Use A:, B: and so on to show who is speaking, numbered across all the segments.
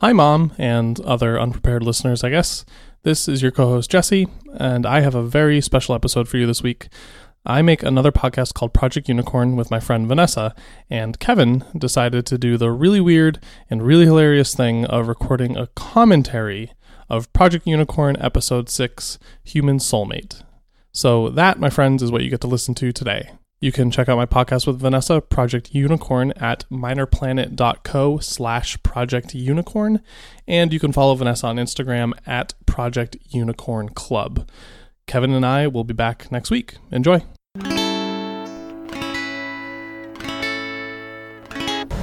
A: Hi, Mom, and other unprepared listeners, I guess. This is your co host, Jesse, and I have a very special episode for you this week. I make another podcast called Project Unicorn with my friend Vanessa, and Kevin decided to do the really weird and really hilarious thing of recording a commentary of Project Unicorn Episode 6 Human Soulmate. So, that, my friends, is what you get to listen to today. You can check out my podcast with Vanessa, Project Unicorn, at minorplanet.co slash Project Unicorn. And you can follow Vanessa on Instagram at Project Unicorn Club. Kevin and I will be back next week. Enjoy.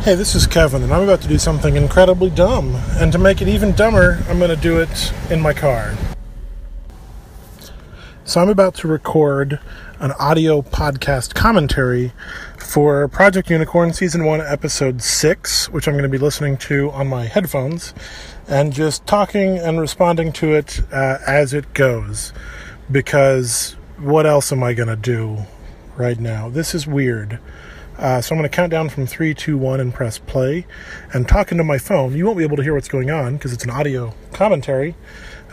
B: Hey, this is Kevin, and I'm about to do something incredibly dumb. And to make it even dumber, I'm going to do it in my car. So, I'm about to record an audio podcast commentary for Project Unicorn Season 1, Episode 6, which I'm going to be listening to on my headphones, and just talking and responding to it uh, as it goes. Because what else am I going to do right now? This is weird. Uh, so I'm going to count down from three, two, one, and press play. And talking to my phone, you won't be able to hear what's going on because it's an audio commentary.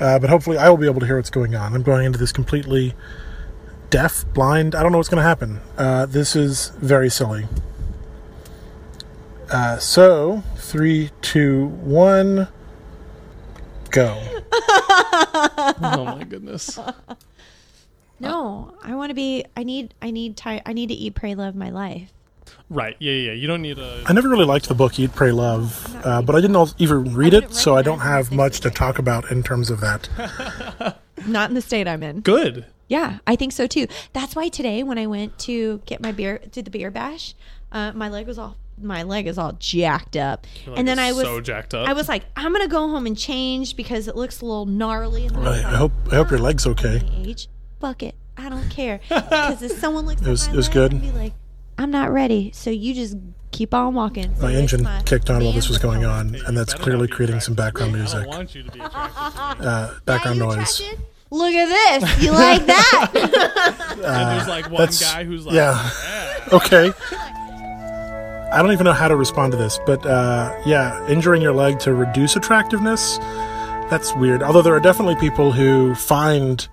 B: Uh, but hopefully, I will be able to hear what's going on. I'm going into this completely deaf, blind. I don't know what's going to happen. Uh, this is very silly. Uh, so three, two, one, go.
A: Oh my goodness.
B: Oh.
C: No, I want to be. I need. I need. Ty- I need to eat, pray, love my life.
A: Right. Yeah, yeah, yeah. You don't need a.
B: I never really liked the book Eat, Pray, Love, uh, but I didn't al- even read
C: I
B: it,
C: didn't
B: so I don't
C: recognize
B: have
C: the
B: much to
C: same
B: talk about in terms of that.
C: Not in the state I'm in.
A: Good.
C: Yeah, I think so too. That's why today when I went to get my beer, did the beer bash, uh, my leg was all my leg is all jacked up, and then I was
A: so jacked up.
C: I was like, I'm gonna go home and change because it looks a little gnarly. And then
B: I, I
C: thought,
B: hope I hope your leg's okay.
C: my age, fuck it, I don't care because if someone looks,
B: was-
C: at my
B: it was
C: leg,
B: good.
C: I'd be like, I'm not ready, so you just keep on walking. So
B: My
C: it's
B: engine
C: my
B: kicked on while
C: man's
B: this was going
C: fault.
B: on, and that's
A: Better not
B: clearly
A: be
B: creating some
A: attracted to
B: background
A: me.
B: music,
A: I don't want you to be attracted to me.
B: uh,
C: Are
B: background
C: you
B: noise.
C: attracted? Look at this. You like that?
A: and there's like one
B: that's-
A: guy who's like,
B: yeah. Okay. I don't even know how to respond to this, but uh, yeah, injuring your leg to reduce attractiveness, that's weird. Although there are definitely people who find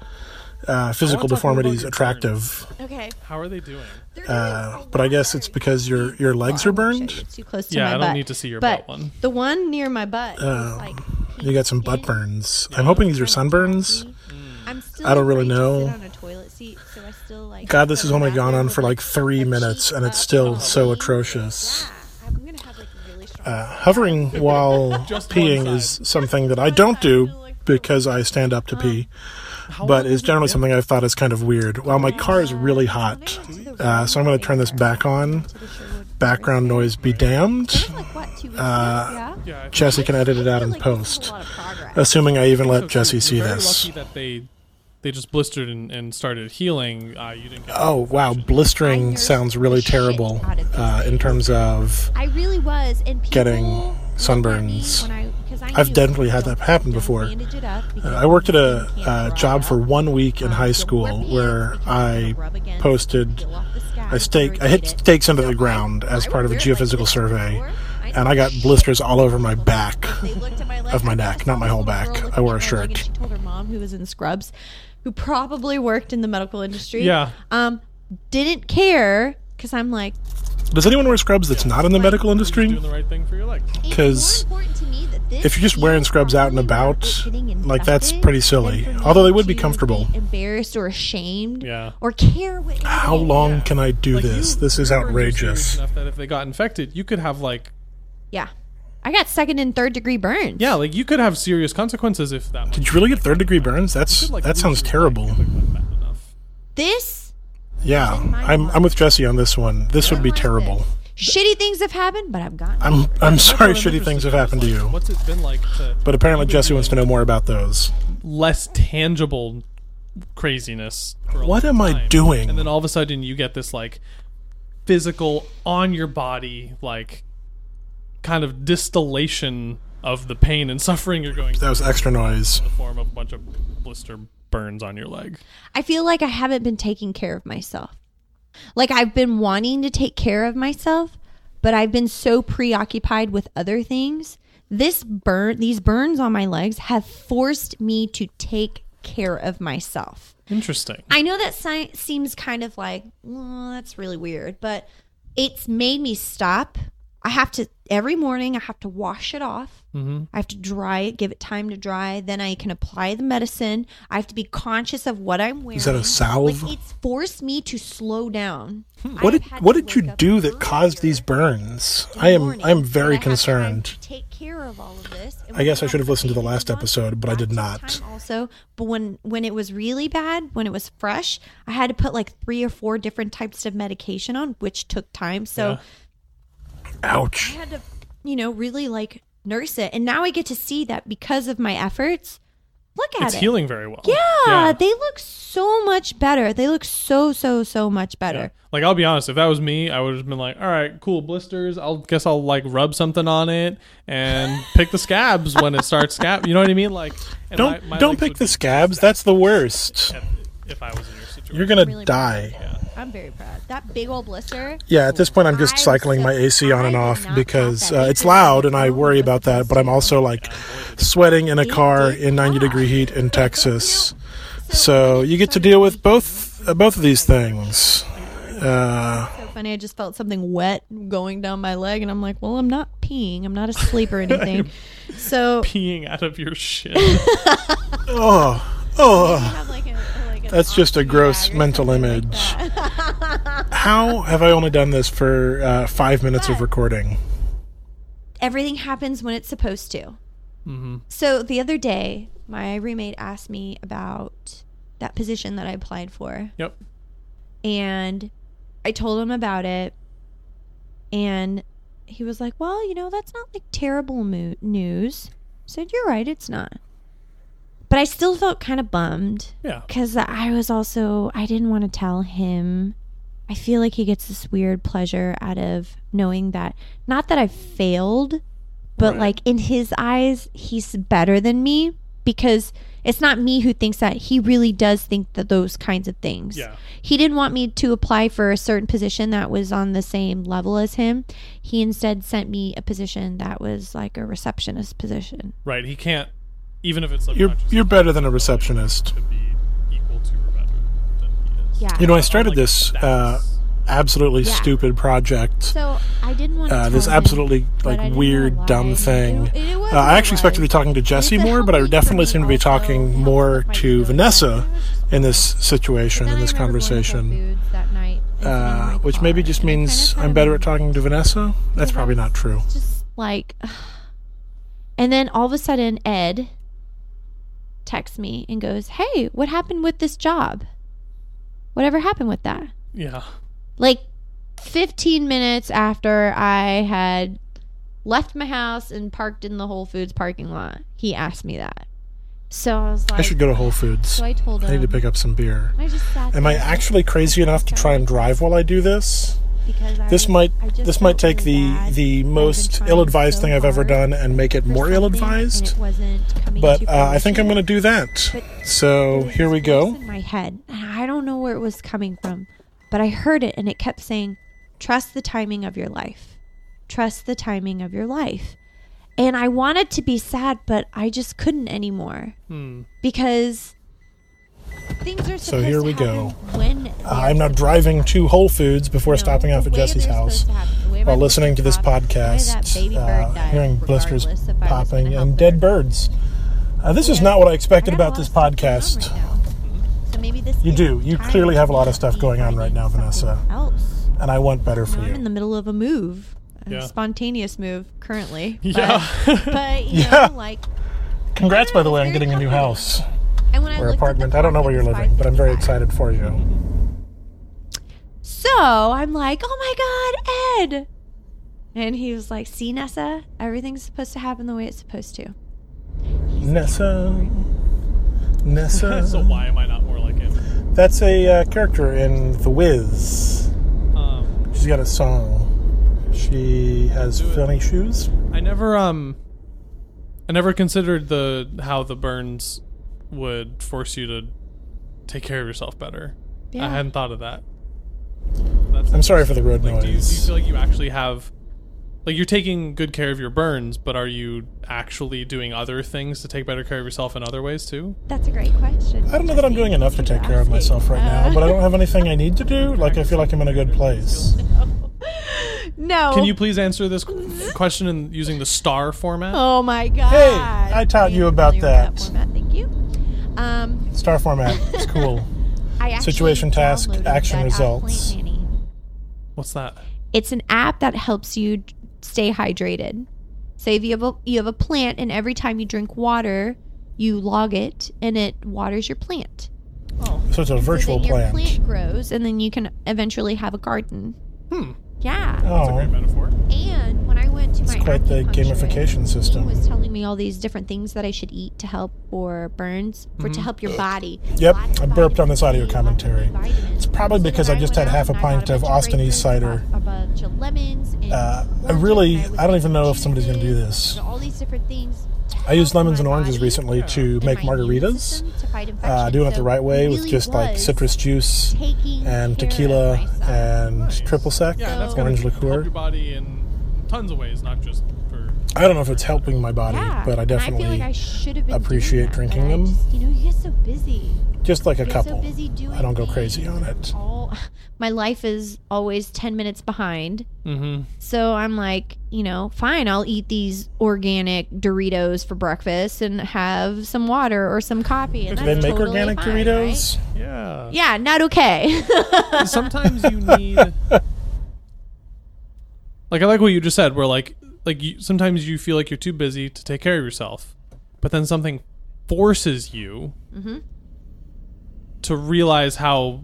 B: uh, physical
A: talk more about
B: deformities
A: your
B: attractive,
C: okay.
A: How are they doing?
B: uh, but I guess it's because your, your legs are burned.
C: It's too close to
A: Yeah,
C: my
A: I don't
C: butt.
A: need to see your
C: but
A: butt one.
C: The one near my butt. is like
B: You Oh. got some butt
C: peaked
B: burns. I'm hoping these are sunburns.
A: Mm.
C: in. I'm still
B: I don't really
C: afraid to
B: know.
C: sit on a toilet seat, so I still, like,
B: God, this has only gone on
C: with,
B: for like three
C: a cheek
B: minutes, and it's
C: up
B: still
C: a
B: so
C: knee.
B: atrocious.
C: Yeah, I'm gonna have like really strong.
B: Uh, hovering while
A: Just
B: peeing
A: one
B: is something that I don't do because I stand up to pee, but is generally something I've thought is kind of weird. Well, my car is really hot, uh, so I'm going to turn this back on. Background noise be damned.
C: like what two weeks ago? Yeah.
A: Yeah.
B: Jesse can edit it out in
C: Like, this is
B: post,
C: a lot of progress.
B: assuming I even let
A: So, so
B: Jesse see
A: you're very
B: this.
A: Lucky that they they just blistered and, and started healing. Uh, you didn't get.
B: Oh, wow, blistering sounds really terrible uh, in terms of.
C: I really was, and people
B: Getting
C: looked at me
B: sunburns.
C: when I, 'cause I
B: I've
C: knew,
B: definitely had
C: "Don't-
B: that happen
C: don't
B: before. Uh,
C: bandage it up because
B: I worked at a,
C: you can't
B: uh
C: rub
B: job for
C: up.
B: one week in
C: Um,
B: high
C: you'll wear
B: school
C: pants
B: where
C: because you
B: I
C: don't rub against-
B: posted
C: you'll off the sky
B: I
C: before
B: stake
C: you
B: I hit
C: eat it.
B: stakes into the ground as part of a
C: wear it like
B: geophysical
C: this
B: survey,
C: before. I
B: and I got blisters all over my back.
C: They looked at my leg.
B: Of my
C: I
B: neck,
C: saw
B: not my
C: this
B: whole
C: little
B: back.
C: girl
B: I
C: looking
B: wore a
C: at my leg,
B: shirt.
C: And she told her mom, who was in scrubs, who probably worked in the medical industry.
A: Yeah.
C: Um, didn't care because I'm like,
B: Does anyone wear scrubs that's not in the medical industry?
A: Doing the right thing for your leg.
B: Because
C: if you're just wearing scrubs out and about, like that's pretty silly. Although they would be comfortable. Embarrassed or ashamed.
A: Yeah.
C: Or care what.
B: how long can I do
A: Like, you-
B: this? This is
A: you were just serious
B: outrageous.
A: Enough that if they got infected, you could have like
C: Yeah. I got second and third degree burns.
A: yeah, like you could have serious consequences if that.
B: Did you really get third degree burns? That's
A: like,
B: that
A: lose
B: sounds
A: your
B: terrible.
A: leg if it went bad enough.
C: This
B: Yeah, I'm I'm with Jesse on this one. This would be terrible.
C: shitty things have happened, but I've gotten.
B: I'm I'm sorry
A: That's what I'm
B: shitty
A: interested
B: things have
A: in,
B: happened to
A: is, like,
B: you,
A: What's it been like to
B: but apparently Jesse wants to know more about those.
A: less tangible craziness? for a
B: What
A: long
B: am I
A: time,
B: doing?
A: And then all of a sudden, you get this like physical on your body, like kind of distillation of the pain and suffering you're going
B: That
A: through
B: was extra noise.
A: in the form of a bunch of blister burns on your leg.
C: I feel like I haven't been taking care of myself. Like I've been wanting to take care of myself, but I've been so preoccupied with other things This burn, these burns on my legs have forced me to take care of myself.
A: Interesting.
C: I know that sci- seems kind of like, "Mm, that's really weird, but it's made me stop. I have to, every morning, I have to wash it off.
B: Mm-hmm.
C: I have to dry it, give it time to dry. Then I can apply the medicine. I have to be conscious of what I'm wearing.
B: Is that a salve? Hmm.
C: Like, it's forced me to slow down.
B: What
C: I've
B: did
C: had
B: what
C: to
B: did you
C: wake up
B: do that caused
C: earlier
B: these burns? I am
C: morning,
B: I am
C: and I
B: very
C: have time
B: concerned.
C: to take care of all of this. And
B: I guess I
C: we
B: should have listened to the
C: have
B: last
C: gone
B: episode, but I did
C: lots
B: not.
C: of time Also, but when when it was really bad, when it was fresh, I had to put like three or four different types of medication on, which took time. So
A: Yeah.
C: I
B: Ouch.
C: had to, you know, really like nurse it. And now I get to see that because of my efforts. Look at
A: It's
C: it.
A: healing very well.
C: Yeah,
A: Yeah.
C: they look so much better. They look so so so much
A: Yeah.
C: better.
A: Like I'll be honest, if that was me, I would have been like, "All right, cool blisters. I'll guess I'll like rub something on it and pick the scabs when it starts scab. You know what I mean? Like, and
B: Don't
A: my- my
B: don't
A: legs
B: pick
A: would
B: the scabs. That's the worst.
A: be- If I was in your situation,
B: You're gonna
C: really
B: die.
C: proud of that. I'm very proud. That big old blister.
B: Yeah, at this point, I'm just
C: I'm
B: cycling
C: so-
B: my AC on and
C: I did
B: off
C: not
B: because
C: have that
B: uh, it's
C: AC.
B: loud and I worry about that. But I'm also like sweating in a car in 90 degree heat in Texas, so you get to deal with both uh, both of these things. Uh,
C: So funny. I just felt something wet going down my leg, and I'm like, well, I'm not peeing. I'm not asleep or anything. so
A: peeing out of your shit.
B: oh, oh!
C: have like a- like an
B: That's just a
C: oxy
B: gross
C: bag or
B: mental
C: something
B: image.
C: Like that.
B: How have I only done this for uh, five minutes of recording?
C: Everything happens when it's supposed to. So the other day, my roommate asked me about that position that I applied for.
A: yep.
C: and I told him about it, and he was like, "Well, you know, that's not like terrible mo- news." I said, "You're right, it's not." But I still felt kind of bummed
A: Yeah.
C: because I was also I didn't want to tell him. I feel like he gets this weird pleasure out of knowing that not that I failed, but
A: Right.
C: like in his eyes, he's better than me because it's not me who thinks that. He really does think that those kinds of things.
A: Yeah.
C: He didn't want me to apply for a certain position that was on the same level as him. He instead sent me a position that was like a receptionist position.
A: Right. He can't, even if it's
B: You're
A: subconscious,
B: you're better than a receptionist.
A: to be equal to or better than he is.
C: Yeah.
B: You know, I started
A: Like,
B: this uh,
A: that's-
B: absolutely
C: Yeah.
B: stupid project.
C: So I didn't want to.
B: uh,
C: tell
B: this
C: him,
B: absolutely
C: but I
B: like
C: didn't know
B: weird
C: why.
B: dumb thing.
C: It- it was
B: uh, I
C: what it
B: actually expected to be
C: was.
B: talking to Jesse
C: It's a
B: more, but I
C: helping
B: definitely
C: for
B: seem to
C: me
B: be
C: also. It
B: talking
C: helps
B: more
C: with my
B: to
C: mood.
B: Vanessa in this situation,
C: Then
B: in
C: I
B: this
C: remember going to Whole
B: conversation,
C: Foods that night and sitting in my
B: uh, which
C: car,
B: maybe just
C: and I
B: means
C: kinda
B: I'm
C: thought
B: better at
C: about
B: talking to Vanessa. That's probably not true.
C: it. Just like, and then all of a sudden, Ed texts me and goes, "Hey, what happened with this job? Whatever happened with that?"
A: Yeah.
C: like 15 minutes after I had left my house and parked in the Whole Foods parking lot, he asked me that. So I was like,
B: I should go to Whole Foods.
C: So I told him.
B: I need to pick up some beer.
C: I just sat
B: Am I
C: there
B: actually crazy enough to try and drive while I do this?
C: because I
B: This
C: was-
B: might
C: I just
B: this might
C: felt
B: take
C: really
B: the
C: bad
B: the
C: been
B: most
C: trying
B: ill-advised
C: so
B: thing I've ever
C: hard
B: done and make it
C: for
B: more
C: something, and
B: ill-advised.
C: it wasn't coming
B: But
C: to
B: uh, I think I'm
C: fruition.
B: going to do that. So
C: It was
B: here we
C: voice
B: go.
C: In my head, and I don't know where it was coming from, but I heard it, and it kept saying, "Trust the timing of your life. Trust the timing of your life." And I wanted to be sad, but I just couldn't anymore
A: Hmm.
C: because things are supposed
B: So here we
C: to
B: go.
C: happen When they're
B: Uh, I'm now
C: supposed
B: driving to Whole Foods before
C: to.
B: stopping off
C: The
B: at
C: way
B: Jesse's
C: they're
B: house
C: supposed to happen, the way my
B: while
C: blister
B: listening to this
C: popped, the way that
B: podcast,
C: baby bird
B: uh,
C: died,
B: hearing blisters
C: regardless if I was
B: popping
C: gonna help
B: and
C: it or
B: dead
C: not.
B: birds. Uh, this is
C: Yeah.
B: not what I
C: I
B: expected
C: have a
B: about
C: lot
B: this
C: of stuff going on
B: podcast.
C: right now. So maybe this
B: You
C: is
B: do. You
C: time
B: clearly have a lot of
C: to
B: stuff
C: be
B: going on right
C: finding
B: now,
C: something
B: Vanessa.
C: Else.
B: and I want better for
C: I'm in
B: you.
C: the middle of a move, a
A: Yeah.
C: spontaneous move currently. But,
A: Yeah.
C: but you
B: Yeah.
C: know, like,
B: Congrats, by the way, on
C: Very
B: getting a new
C: comforting.
B: house
C: and when I
B: or
C: looked at the
B: apartment.
C: clock,
B: I don't know
C: it
B: where you're
C: was
B: living, but I'm very
C: 5:55.
B: excited for you.
C: So I'm like, oh my god, Ed. And he was like, see, Nessa, everything's supposed to happen the way it's supposed to.
B: Nessa. Nessa.
A: so why am I not more like him?
B: That's a uh, character in The Wiz.
A: Um,
B: She's got a song. She has
A: Do it.
B: funny shoes.
A: I never um, I never considered the how the burns would force you to take care of yourself better. I
C: Yeah.
A: hadn't thought of that. That's
B: I'm sorry for the road
A: Like, do you, do you
B: noise.
A: feel like you actually have like you're taking good care of your burns, but are you actually doing other things to take better care of yourself in other ways too?
C: That's a great question.
B: I don't know that I'm doing enough to take care of myself right now, but I don't have anything I need to do. Like I feel like I'm in a good place.
C: No.
A: Can you please answer this qu- question in using the star format?
C: Oh my God.
B: Hey, I taught you
C: am
B: about
C: familiar with
B: that.
C: format. Thank you. Um,
B: Star format. It's cool.
C: I actually
B: Situation, task,
C: downloaded
B: action,
C: that app,
B: results.
C: Plant Nanny.
A: What's that?
C: It's an app that helps you stay hydrated. So if you have a you have a plant, and every time you drink water, you log it, and it waters your plant.
A: Oh,
B: So it's a virtual
C: so then
B: plant.
C: Your plant grows, and then you can eventually have a garden.
A: hmm.
C: Yeah.
A: That's a great
B: Oh,
A: metaphor.
C: And when I went to
B: it's
C: my
B: quite the
C: acupuncturist,
B: gamification
C: He
B: system.
C: was telling me all these different things that I should eat to help for burns or to help your body.
B: Yep,
C: Lots
B: I
C: of
B: Mm-hmm. burped on this audio
C: vitamin C, lots of
B: commentary.
C: vitamins.
B: It's probably
C: So
B: because
C: then
B: I just had
C: went
B: half
C: out
B: a
C: and I
B: pint
C: got
B: of
C: bunch
B: Austin East
C: grapefruits,
B: cider.
C: A bunch of lemons. And
B: Uh, I
C: oranges,
B: really-
C: and was
B: I don't even know if
C: making
B: somebody's gonna do
C: juices,
B: this.
C: you know, all these different things. to
B: I used
C: help
B: lemons
C: my
B: and oranges
C: body
B: recently to
C: and
B: make
C: my immune
B: margaritas.
C: system to fight
B: Uh,
C: infection.
B: doing it
C: So
B: the right way
C: it
B: with
C: really
B: just like
C: was
B: citrus juice
C: taking
B: and
C: care of
B: tequila
C: myself.
B: and
A: Nice.
B: triple sec,
A: Yeah,
C: So-
A: and that's
B: orange
A: gonna Help
B: liqueur.
A: your body in tons of ways, not just for.
B: I don't know if it's helping my body,
C: Yeah,
B: but I
C: and
B: definitely
C: I feel like I should have been doing
B: appreciate
C: that, but
B: drinking
C: I
B: them.
C: Just, you know, you get so busy.
B: just like a
C: get
B: couple.
C: So busy doing
B: I don't go crazy
C: things
B: on
C: and
B: it.
C: All, my life is always 10 minutes behind.
A: Mm-hmm.
C: So I'm like, you know, fine, I'll eat these organic Doritos for breakfast and have some water or some coffee. And
B: Do
C: that's
B: they make
C: totally
B: organic
C: fine,
B: Doritos?
A: Yeah.
C: right? Yeah, not okay.
A: sometimes you need like i like what you just said where like like you, sometimes you feel like you're too busy to take care of yourself but then something forces you to realize how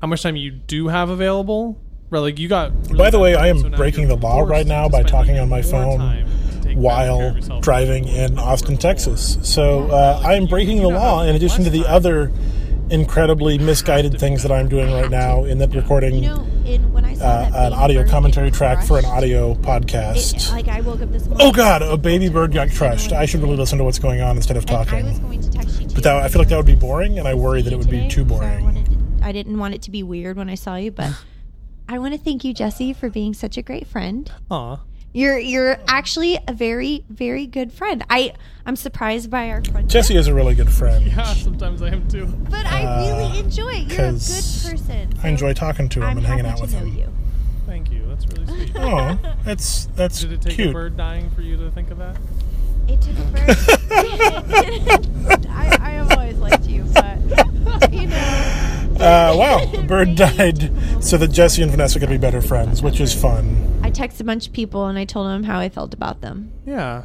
A: how much time you do have available right like you got really
B: By the
A: bad
B: way,
A: time,
B: I am
A: so now
B: breaking
A: you're
B: the law
A: forced
B: right now
A: to
B: by
A: spend
B: talking
A: even
B: on my
A: more
B: phone
A: time to take better care
B: while
A: of yourself.
B: driving in Austin, Texas. So uh, I am breaking the
A: know,
B: law in addition to the other incredibly misguided things that I'm doing right now in that
C: you
B: recording uh,
C: know, in, when I saw that
B: an
C: baby
B: audio
C: bird get
B: commentary track for an
C: crushed,
B: audio
C: it-
B: podcast.
C: like I woke up this morning.
B: Oh God, a baby bird got crushed. I should really listen to what's going on instead of
C: and I was
B: talking.
C: going to text you too.
B: But that, I feel like that would be boring, and I worry that it would be
C: today,
B: too
C: so I,
B: boring.
C: wanted to- I didn't want it to be weird when I saw you, but I want to thank you, Jesse, for being such a great friend.
A: Aw.
C: You're you're actually a very very good friend. I I'm surprised by our friendship,
B: Jesse is a really good friend.
A: yeah sometimes i am too
C: but I really
B: uh,
C: enjoy. it. You're a good
B: 'cause
C: person.
B: I enjoy talking to him
C: I'm
B: and hanging
C: happy
B: out
C: to
B: with
C: know
B: him.
C: you.
A: thank you that's really sweet
B: Oh, that's that's
A: did it take a
B: cute.
A: bird dying for you to think of that
C: It took a bird. I, I have always liked you, but you know,
B: Uh, wow, a bird
C: Thank
B: died so that Jesse and Vanessa could be better friends, which is fun.
C: I text a bunch of people and I told them how I felt about them.
A: yeah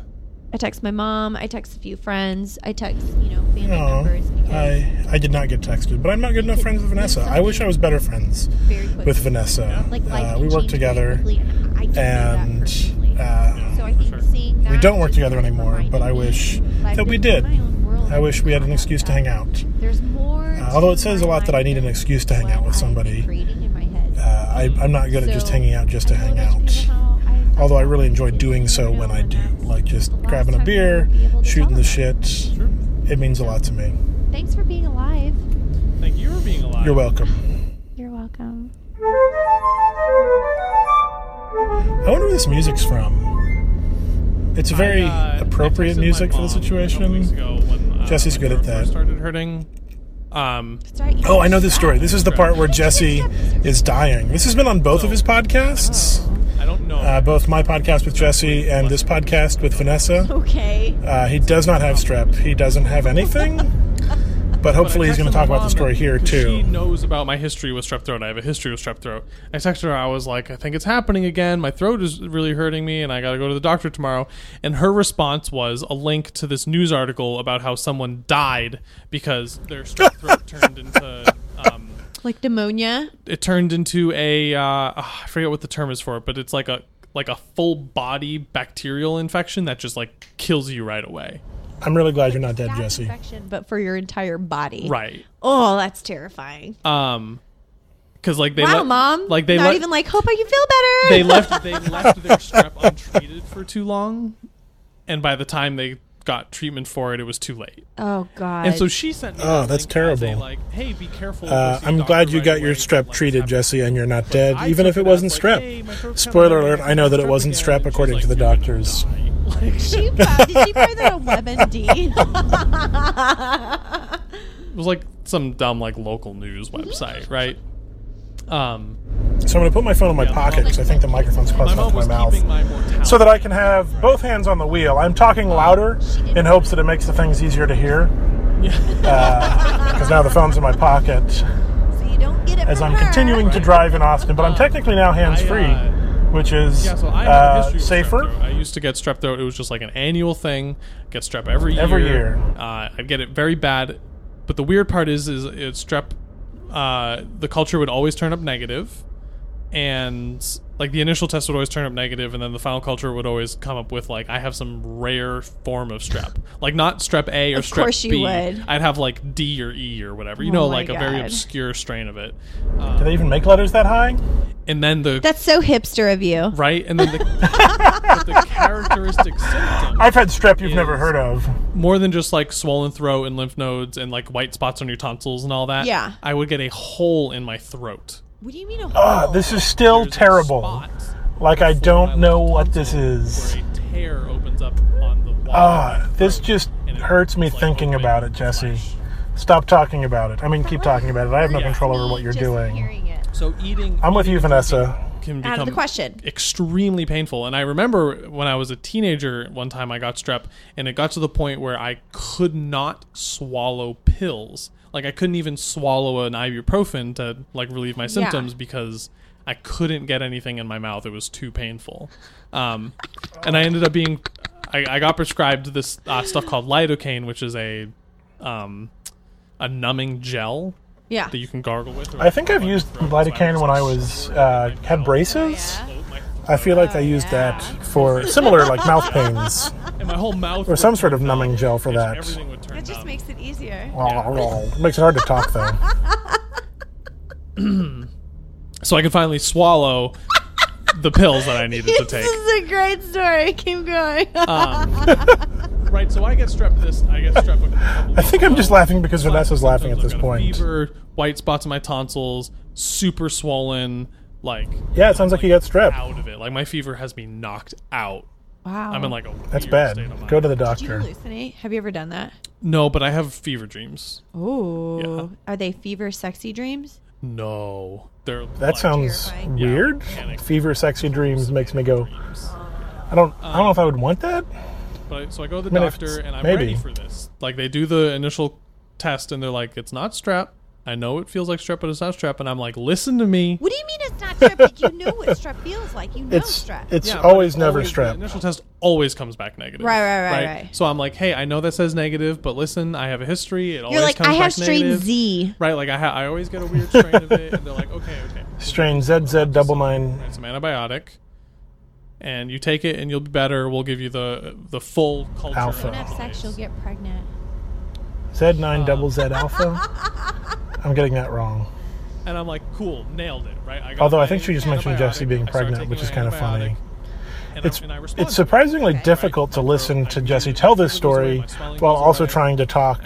C: I text my mom. I text a few friends. I text you know family
B: Oh,
C: members because
B: I I did not get texted, but I'm not good enough friends with Vanessa. I wish I was better friends
C: very quickly
B: with Vanessa.
C: like life
B: Uh,
C: can
B: we work
C: change very
B: together,
C: quickly, and I do know that
B: and
C: personally.
B: uh,
C: so I think seeing that
B: we don't work
C: just
B: together
C: kind of
B: anymore. But I
C: reminded me
B: wish
C: I've
B: that we
C: been
B: did.
C: in my own world
B: I wish we had an
C: and
B: excuse to hang out.
C: There's more.
B: Uh, although it
C: to
B: says a
C: my
B: lot that
C: life
B: I need an
C: than
B: excuse to hang
C: what
B: out with
C: I've
B: somebody.
C: created in my head.
B: Uh, I, I'm not good at just
C: So,
B: hanging out just to
C: I know
B: hang
C: that's
B: out.
C: kinda how I-
B: Although I
C: how
B: really
C: I
B: enjoy
C: feel,
B: doing
C: you
B: so
C: know,
B: when I
C: and
B: do,
C: that's
B: like just
C: the last
B: grabbing a
C: time you're
B: beer,
C: gonna be able to
B: shooting
C: tell
B: the
C: them
B: shit. It means a lot to me.
C: that. Thanks for being alive.
A: thank you for being alive
B: You're welcome.
C: You're welcome.
B: I wonder where this music's from. It's
A: I,
B: very
A: uh, I texted
B: appropriate
A: my
B: music for the
A: mom a couple weeks
B: situation.
A: ago when, uh,
B: Jesse's
A: my
B: good at
A: throat
B: that.
A: first Started hurting. Um,
B: Oh, I know this story. This is the part where Jesse is dying. This has been on both of his podcasts,
A: I don't know.
B: uh, both my podcast with Jesse and this podcast with Vanessa.
C: Okay.
B: Uh, he does not have strep. He doesn't have anything. But
A: but I
B: hopefully, he's going
A: texted
B: to talk
A: my
B: about the
A: mom
B: story here
A: because She
B: too.
A: knows about my history with strep throat. I have a history with strep throat. I texted her. I was like, I think it's happening again. My throat is really hurting me, and I got to go to the doctor tomorrow. And her response was a link to this news article about how someone died because their strep throat turned into. Um,
C: Like pneumonia.
A: it turned into a uh, ah, I forget what the term is for it, but it's like a like a full body bacterial infection that just like kills you right away.
B: I'm really glad you're not dead,
C: That
B: Jesse.
C: infection, but for your entire body.
A: Right.
C: Oh, that's terrifying.
A: Um cuz like they
C: wow,
A: let-
C: mom.
A: like they
C: not
A: let,
C: even like hope I can feel
A: they
C: better.
A: left they left their strep untreated for too long and by the time they got treatment for it, it was too late.
C: Oh God.
A: And so she sent me.
B: Oh,
A: that
B: that's
A: link as a,
B: terrible.
A: like, hey, be careful.
B: Uh,
A: go see a
B: I'm
A: doctor
B: glad you
A: right
B: got your
A: away, don't
B: strep
A: let
B: treated,
A: this
B: Jesse, and you're not dead,
A: happen." I
B: even
A: took
B: if it
A: up,
B: wasn't
A: like,
B: strep.
A: "Hey, my throat's kinda
B: Spoiler
A: hurting,
B: alert, I know that it
A: strep
B: wasn't
A: again,"
B: strep
A: and she's
B: according
A: like,
B: to the
A: "You're gonna
B: doctors.
A: die." Like, she
C: she probably, did she probably that on WebMD?
A: it was like some dumb like local news website, right? Um,
B: So I'm going to put my phone in my
A: Yeah, my
B: pocket
A: mom-
B: because I think the microphone's close
A: my
B: enough
A: mom was
B: to my mouth.
A: keeping my mortality.
B: so that I can have both hands on the wheel. I'm talking louder in hopes that it makes the things easier to hear. Because now the phone's in my pocket
C: so you don't get it
B: as
C: from
B: I'm
C: her.
B: continuing to drive in Austin. But I'm technically now hands free,
A: Uh, I, uh,
B: which is
A: Yeah, so I have a
B: uh,
A: history of
B: safer.
A: Strep throat. I used to get strep throat. It was just like an annual thing. Get strep every year.
B: Every year.
A: Uh, I'd get it very bad. But the weird part is, is it's strep. Uh, the culture would always turn up negative, and like the initial test would always turn up negative, and then the final culture would always come up with like I have some rare form of strep, like not strep A or
C: Of
A: strep
C: course you
A: B.
C: would.
A: would have like D or E or whatever, you
C: Oh
A: know,
C: my
A: like a very
C: God.
A: obscure strain of it.
B: Do they even make letters that high?
A: And then the
C: That's so hipster of you.
A: right, and then the, but the characteristic symptom.
B: I've had strep you've never
A: Is-
B: heard of.
A: more than just like swollen throat and lymph nodes and like white spots on your tonsils and all that.
C: Yeah.
A: I would get a hole in my throat.
C: What do you mean a
B: Ah, this is still
A: There's a
B: terrible.
A: spot
B: Like I
A: my
B: don't know
A: left
B: what this
A: tonsil
B: is.
A: Where a tear opens up on the wall.
B: Ah,
A: of my
B: this
A: throat,
B: just
A: and it
B: hurts me
A: looks like
B: thinking
A: open
B: about it, Jesse.
A: flesh.
B: Stop talking about it. I mean, keep talking about it. I have no
A: Yeah.
B: control over what
C: Me
B: you're
C: just
B: doing.
C: hearing it.
A: So eating
B: I'm with you, Vanessa.
A: can become
C: Out of the question.
A: extremely painful. And I remember when I was a teenager, one time I got strep, and it got to the point where I could not swallow pills. Like I couldn't even swallow an ibuprofen to like relieve my symptoms because I couldn't get anything in my mouth. It was too painful, um, and I ended up being. I, I got prescribed this uh, stuff called lidocaine, which is a um, a numbing gel
C: Yeah.
A: that you can gargle with. or
B: I think I've
A: like
B: used
A: throw. So I
B: lidocaine
A: was
B: when I was uh, had braces. I feel like I used
C: yeah.
B: that for similar like mouth pains
A: and my whole mouth
B: or some sort of numbing gel for that.
A: Everything would turn
D: It just
A: numb.
D: makes it easier.
B: Makes it hard to talk though.
A: so I could finally swallow the pills that I needed to take.
C: This is a great story. Keep going.
A: Uh, Right, so I get strep this. I get strep. A couple
B: I think I'm just laughing because Vanessa's laughing at
A: I've
B: this
A: got a
B: point.
A: Fever, white spots in my tonsils, super swollen. Like
B: Yeah, it sounds like you got strep.
A: out of it. Like my fever has me knocked out.
D: Wow.
A: I'm in like a.
B: That's
A: weird
B: bad.
A: State of mind.
B: Go to the
D: Do you
B: doctor.
D: hallucinate? Have you ever done that?
A: No, but I have fever dreams.
D: Ooh. Are they fever sexy dreams?
A: No, they're
B: That sounds
D: Terrifying.
B: weird.
A: panic.
B: Fever, sexy dreams makes me go. I don't. I don't know if I would want that.
A: But I, so I go to the
B: mean, if
A: doctor
B: it's-
A: and I'm
B: maybe.
A: ready for this. Like they do the initial test and they're like, it's not strep. I know it feels like strep, but it's not strep. And I'm like, listen to me.
C: what do you mean it's not strep? Like you know what strep feels like. You know
B: It's
C: strep.
B: it's
A: Yeah, but
B: always never
A: The
B: strep.
A: initial test always comes back negative.
C: Right, right, right, right.
A: So I'm like, hey, I know that says negative, but listen, I have a history. It always
C: You're like
A: comes
C: I
A: back
C: have strain
A: negative.
C: Z.
A: Right, like I, ha- I always get a weird strain of it, and they're like, okay, okay,
B: Strain ZZ double nine.
A: it's an antibiotic, and you take it, and you'll be better. We'll give you the the full culture.
B: Alpha.
D: Don't have sex, you'll get pregnant.
B: Z9 double Z alpha? I'm getting that wrong.
A: And I'm like, cool, nailed it, right? I got
B: Although I
A: my
B: think she just mentioned
A: antibiotic,
B: Jesse being
A: I started
B: pregnant,
A: taking
B: which
A: my
B: is kind of funny.
A: antibiotic, And
B: It's,
A: I, and I responded.
B: it's surprisingly difficult to listen to Jesse tell this story while also trying to talk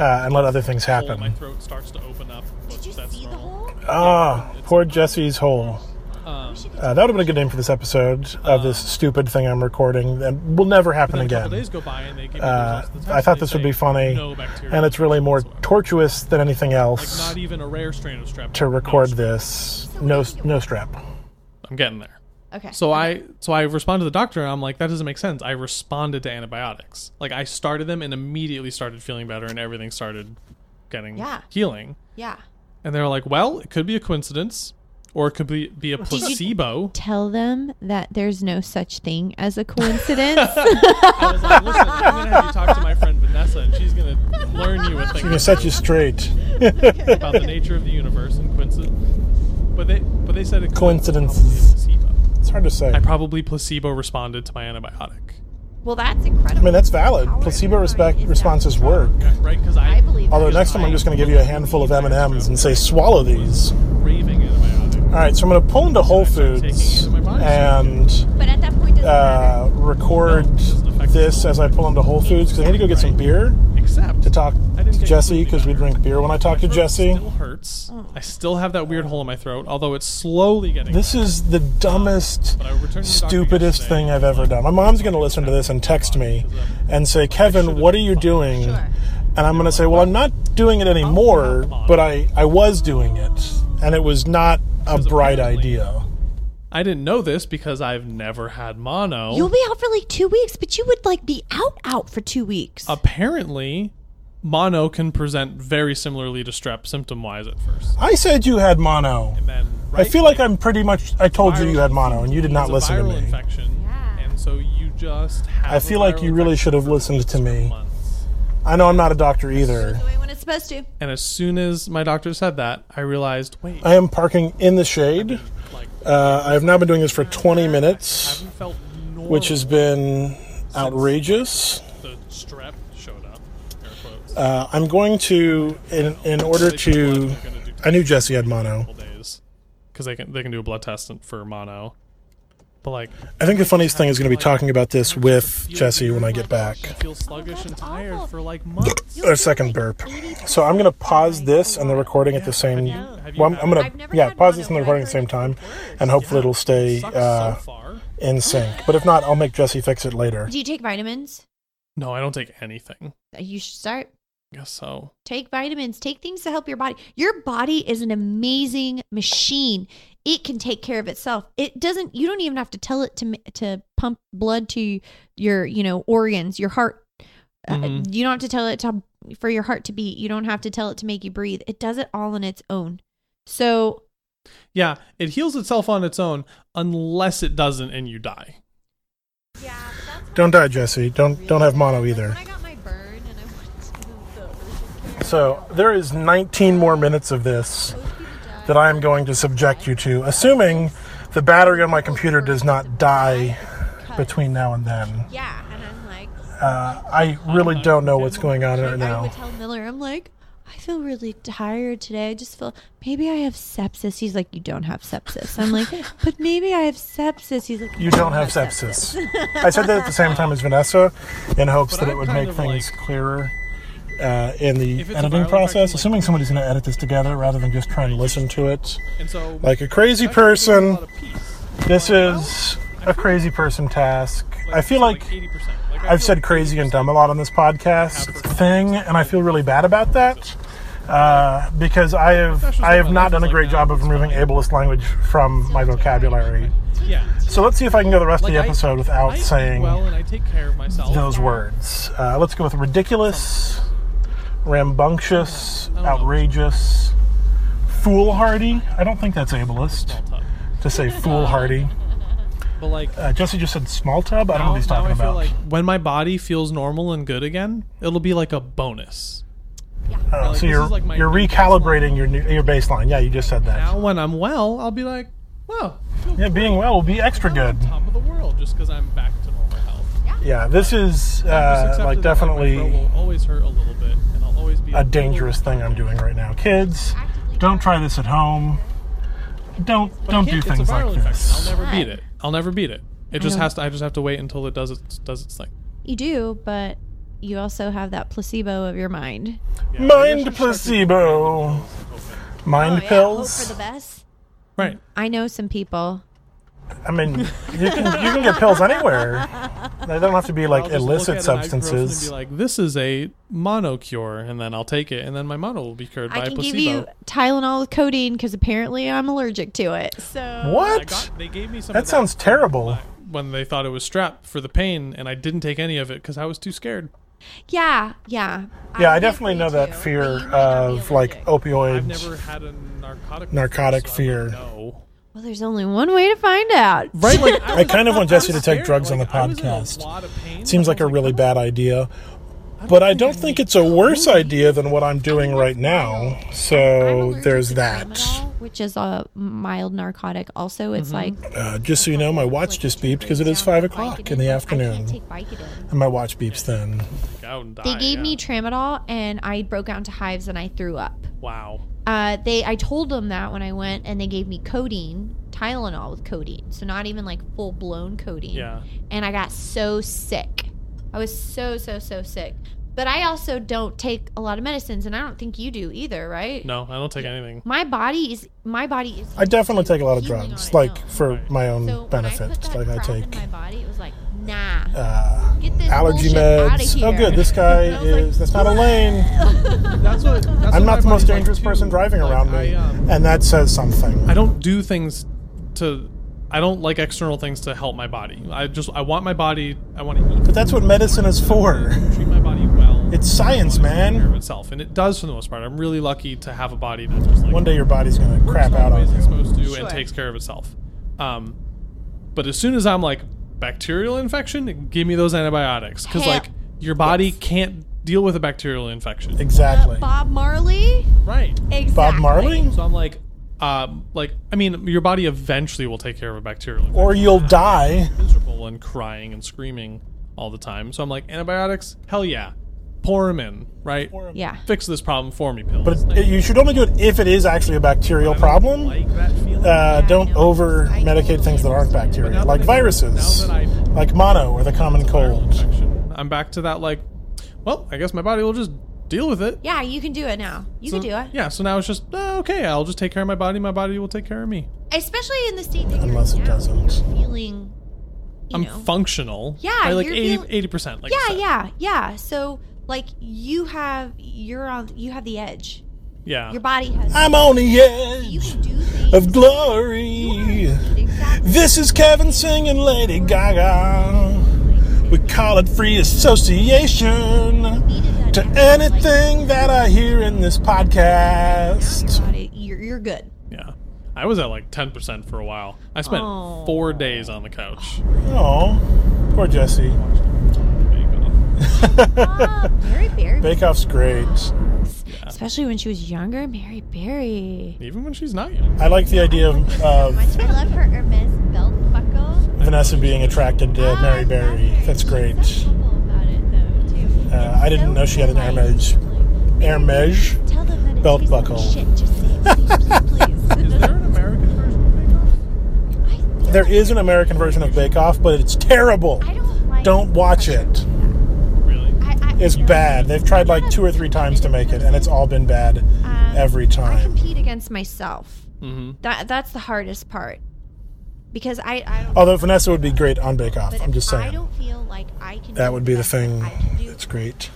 B: uh, and let other things
A: Hole, my
B: happen.
A: throat starts to open up. but
C: Did you
A: that's
C: see the
A: normal.
C: hole?
B: Ah, poor Jesse's hole.
A: Um,
B: Uh, that would have been a good name for this episode of this stupid thing I'm recording that will never happen
A: Then uh, a couple
B: again.
A: days go by and they give me the
B: Uh,
A: results of the test
B: I
A: and
B: thought
A: they
B: this would
A: say,
B: be funny,
A: No bacteria
B: and it's really more
A: whatsoever.
B: tortuous than anything
A: Like
B: else
A: not even a rare strain of strep.
B: to
A: No
B: record
A: strep.
B: this. No, no strap.
A: I'm getting there.
C: Okay.
A: So I so I respond to the doctor and I'm like, that doesn't make sense. I responded to antibiotics. Like I started them and immediately started feeling better and everything started getting
C: Yeah.
A: healing.
C: yeah.
A: And they're like, well, it could be a coincidence, or it could be, be a placebo.
D: Tell them that there's no such thing as a coincidence.
A: I was like, listen, I'm gonna have you talk to my friend Vanessa, and she's gonna learn you a
B: I'm gonna
A: thing
B: set you straight.
A: about the nature of the universe and coincidence. But they but they said it could
B: Coincidences.
A: be a placebo.
B: It's hard to say.
A: I probably placebo responded to my antibiotic,
C: Well, that's incredible.
B: I mean, that's valid. Placebo respect responses work.
A: right? Because I,
C: I believe.
B: Although next time I'm just going to give you a handful of M&Ms and say, swallow these.
A: raving antibiotic.
B: All right, so I'm going to pull into Whole Foods and
C: But at that point, doesn't
B: uh, record this as I pull into Whole Foods because I need to go get some beer
A: Except
B: to talk
A: I didn't
B: to
A: get
B: Jesse
A: completely
B: because we
A: better.
B: drink beer when I talk to
A: throat
B: Jesse.
A: Still hurts. I still have that weird hole in my throat, although it's slowly getting.
B: This is the dumbest,
A: But I returned to the doctor
B: stupidest
A: yesterday. um,
B: thing I've ever done. My mom's going to listen to this and text me and say, Kevin, what are you doing? And I'm going to say, well, I'm not doing it
A: Oh,
B: anymore, but I, I was doing it. And it was not a bright
A: apparently-
B: idea.
A: I didn't know this because I've never had mono.
C: You'll be out for like two weeks, but you would like be out out for two weeks.
A: Apparently, mono can present very similarly to strep symptom wise at first.
B: I said you had mono.
A: And then,
B: I
A: right
B: feel like I'm pretty much, I told you
A: viral-
B: you had mono and you did not
A: it's a
B: listen to
A: viral
B: me.
A: infection. And so you just have
B: I feel like you really should have listened to me. I know I'm not a doctor either.
C: the way when it's supposed to.
A: And as soon as my doctor said that, I realized, wait,
B: I am parking in the shade.
A: like
B: Uh, I have now been doing this for 20 minutes.
A: haven't felt normal
B: which has been outrageous.
A: the strep showed up. Air quotes.
B: Uh, I'm going to, in, in order to, I knew Jesse had mono.
A: days because they can they can do a blood test for mono. But like,
B: I think the funniest thing is going to be talking about this with Jesse when I get back.
A: feel sluggish and tired for like months.
B: A second burp. So I'm going to pause this and the recording at the same. Well, I'm, I'm going to yeah pause this and the recording at the same time, and hopefully it'll stay
A: Sucks
B: uh,
A: so far.
B: in sync. But if not, I'll make Jesse fix it later.
C: Do you take vitamins?
A: No, I don't take anything.
C: You should start
A: I guess so.
C: Take vitamins, take things to help your body. Your body is an amazing machine. It can take care of itself. It doesn't you don't even have to tell it to m- to pump blood to your, you know, organs, your heart. Uh,
A: Mhm.
C: you don't have to tell it to for your heart to beat. You don't have to tell it to make you breathe. It does it all on its own. So,
A: Yeah, it heals itself on its own unless it doesn't and you die.
B: Don't die, Jesse. Don't don't have mono either.
D: got my burn and I went to the
B: So there is 19 more minutes of this that I am going to subject you to, assuming the battery on my computer does not die between now and then.
C: yeah, and I'm like
B: Uh, I really don't know what's going on right
C: I would
B: now.
C: tell Miller, I'm like, I feel really tired today. I just feel maybe I have sepsis. He's like, You don't have sepsis. I'm like, But maybe I have sepsis. He's like,
B: You don't have sepsis. I said that at the same time as Vanessa, in hopes
A: But
B: that it
A: I'm
B: would
A: kind
B: make
A: of
B: things
A: like-
B: clearer uh, in the
A: If it's a viral
B: editing
A: infection,
B: process.
A: like-
B: Assuming somebody's going to edit this together rather than just try and listen to it
A: And so
B: like a crazy person. This is a crazy person task. I feel like
A: 80%. Like, I
B: I've
A: feel
B: said crazy and dumb a lot on this podcast thing, and I feel really bad about that uh, because I have I have not done a great job of removing ableist language from my vocabulary.
A: yeah.
B: So let's see if I can go the rest of
A: Like,
B: the
A: I-
B: episode
A: I
B: without
A: eat
B: saying
A: well and I take care of myself.
B: those words. Uh, let's go with ridiculous, rambunctious, outrageous, foolhardy. I don't think that's ableist
A: Tough.
B: to say foolhardy.
A: But like
B: Uh, Jesse just said small tub. I don't know what he's
A: now
B: talking
A: I feel
B: about.
A: like when my body feels normal and good again, it'll be like a bonus.
B: Oh,
A: like,
B: so
A: this
B: you're
A: is like my
B: you're
A: new
B: recalibrating your new, your baseline. Yeah, you just said that.
A: Now when I'm well, I'll be like, wow,
B: Yeah, being well will be extra good.
A: top of the world just because I'm back to normal health.
B: Yeah, this is uh,
A: Just accepted
B: like
A: that, my throat
B: definitely
A: will always hurt a little bit, and I'll always be "Oh,
B: a dangerous thing I'm doing right now. Kids, don't try this at home. Don't don't do
A: it's
B: things
A: a viral
B: like
A: infection. I'll
B: this.
A: never beat it. I'll never beat it. It just has to. I just have to wait until it does its does its thing.
D: You do, but you also have that placebo of your mind.
B: Mind placebo, mind
C: for
B: pills.
C: the best.
A: Right.
D: I know some people.
B: I mean, you can you can get pills anywhere. They don't have to be like
A: I'll just look at
B: illicit
A: an ibuprofen
B: substances.
A: And be like, this is a mono cure, and then I'll take it, and then my mono will be cured by
D: I can
A: placebo.
D: give you Tylenol with codeine because apparently I'm allergic to it. So
A: I
B: What?
A: got, they gave me some.
B: That
A: of
B: sounds
A: from
B: terrible.
A: my- When they thought it was strep for the pain, and I didn't take any of it because I was too scared.
D: yeah, yeah.
B: Yeah, I definitely know that fear of like oh
A: I've
B: opioids.
A: never had a narcotic.
B: Narcotic
A: before, so I
B: fear.
A: wouldn't know.
D: Well, there's only one way to find out.
A: Right. Like,
B: I kind of want Jesse to
A: was
B: take
A: scared,
B: drugs on the
A: like, I was in a
B: podcast.
A: lot of pain,
B: It seems
A: but I
B: like a
A: was
B: really
A: "Oh,
B: bad idea, but I don't think it's a worse idea than what I'm doing right now. So there's that.
D: Which is a mild narcotic. Also, it's like
B: Uh, just so you know, my watch just beeped because it is five o'clock in the afternoon,
D: take Vicodin.
B: and my watch beeps then.
A: I uh, would die,
D: They gave
A: yeah.
D: me tramadol, and I broke out into hives and I threw up.
A: Wow.
D: Uh, they, I told them that when I went, and they gave me codeine, Tylenol with codeine, so not even like full blown codeine.
A: Yeah.
D: And I got so sick.
C: I was so so so sick. But I also don't take a lot of medicines, and I don't think you do either, right?
A: No, I don't take anything.
C: My body is my body is.
B: I definitely take a lot of
C: healing on
B: drugs,
C: its
B: like
C: own.
B: for
A: Right.
B: my own
C: so When I
B: benefit.
C: put that
B: Like I
C: crap
B: take
C: In my body, it was like nah.
B: uh,
C: Get this
B: allergy
C: bullshit outta
B: meds. Oh,
C: here.
B: good. This guy
C: I was like,
B: is. That's not Elaine.
A: That's what. That's
B: I'm not the most dangerous person driving around me, and that says something.
A: um, I don't do things to. I don't like external things to help my body. I just I want my body. I want to eat.
B: But that's what medicine is for.
A: Treat my body well.
B: It's science,
A: Care of
B: man.
A: itself, and it does for the most part. I'm really lucky to have a body that just like
B: One day your body's gonna crap out on
A: always is
B: you.
A: supposed to
C: Sure.
A: and takes care of itself. Um, but as soon as I'm like bacterial infection, give me those antibiotics because
C: Hell.
A: like your body can't deal with a bacterial infection,
B: Exactly.
C: Bob Marley.
A: right?
C: Exactly.
B: Bob Marley,
A: So I'm like, um, like I mean, your body eventually will take care of a bacterial infection.
B: or you'll die.
A: miserable and crying and screaming all the time. So I'm like, antibiotics, hell yeah, pour them in, right?
C: Yeah.
A: Fix this problem for me, pills.
B: But uh, it, you should only do it if it is actually a bacterial problem.
A: like that feeling.
B: uh, don't over medicate things that aren't bacteria, like viruses,
A: now that I
B: like mono or the common cold.
A: infection. I'm back to that like, well, I guess my body will just deal with it.
C: Yeah, you can do it now. You
A: So-
C: can do it.
A: Yeah, so now it's just uh, okay. I'll just take care of my body. My body will take care of me.
C: Especially in the state that
B: Unless it
C: you're in now,
B: doesn't.
C: You're feeling. You
A: I'm
C: know.
A: functional.
C: Yeah,
A: by like
C: you're
A: 80
C: feeling-
A: 80 percent. Like I
C: yeah,
A: said.
C: yeah, yeah. So like you have you're on you have the edge.
A: yeah.
C: Your body has.
B: I'm on the
C: you
B: edge
C: can do things.
B: of glory.
C: exactly.
B: This is Kevin singing Lady Gaga. We call it free association to anything that I hear in this podcast.
C: Body, you're, you're good.
A: Yeah. I was at like 10% for a while. I spent
C: Oh.
A: four days on the couch.
B: Oh, poor Jesse.
C: Ah, Mary Berry.
B: Bake Off's great.
C: Especially when she was younger, Mary Berry.
A: Even when she's not young.
B: I like the idea of, of
C: I love her Hermes belt buckle. Ah,
B: Vanessa being attracted to Mary Berry. That's great.
C: about it though, too.
B: Uh, I didn't know she had an Hermes Hermes
C: Tell them that it's
B: Belt
C: piece of
B: buckle.
C: Shit, just say it,
A: Is there an American version of Bake Off?
C: please, please.
B: There is an American version of Bake Off, but it's terrible.
C: I don't like.
B: Don't watch it.
A: Really?
C: I, I,
B: It's bad. They've tried like two or three times to make it, and it's all been bad
C: Um,
B: every
C: I
B: time.
C: compete against myself.
A: Mm-hmm.
C: That that's the hardest part. Because I, I don't.
B: Although Vanessa would be great on Bake Off.
C: but
B: Oh, I'm just
C: I
B: saying.
C: don't feel like I can.
B: That
C: do
B: would be the
C: best that
B: thing.
C: I can do.
B: That's great.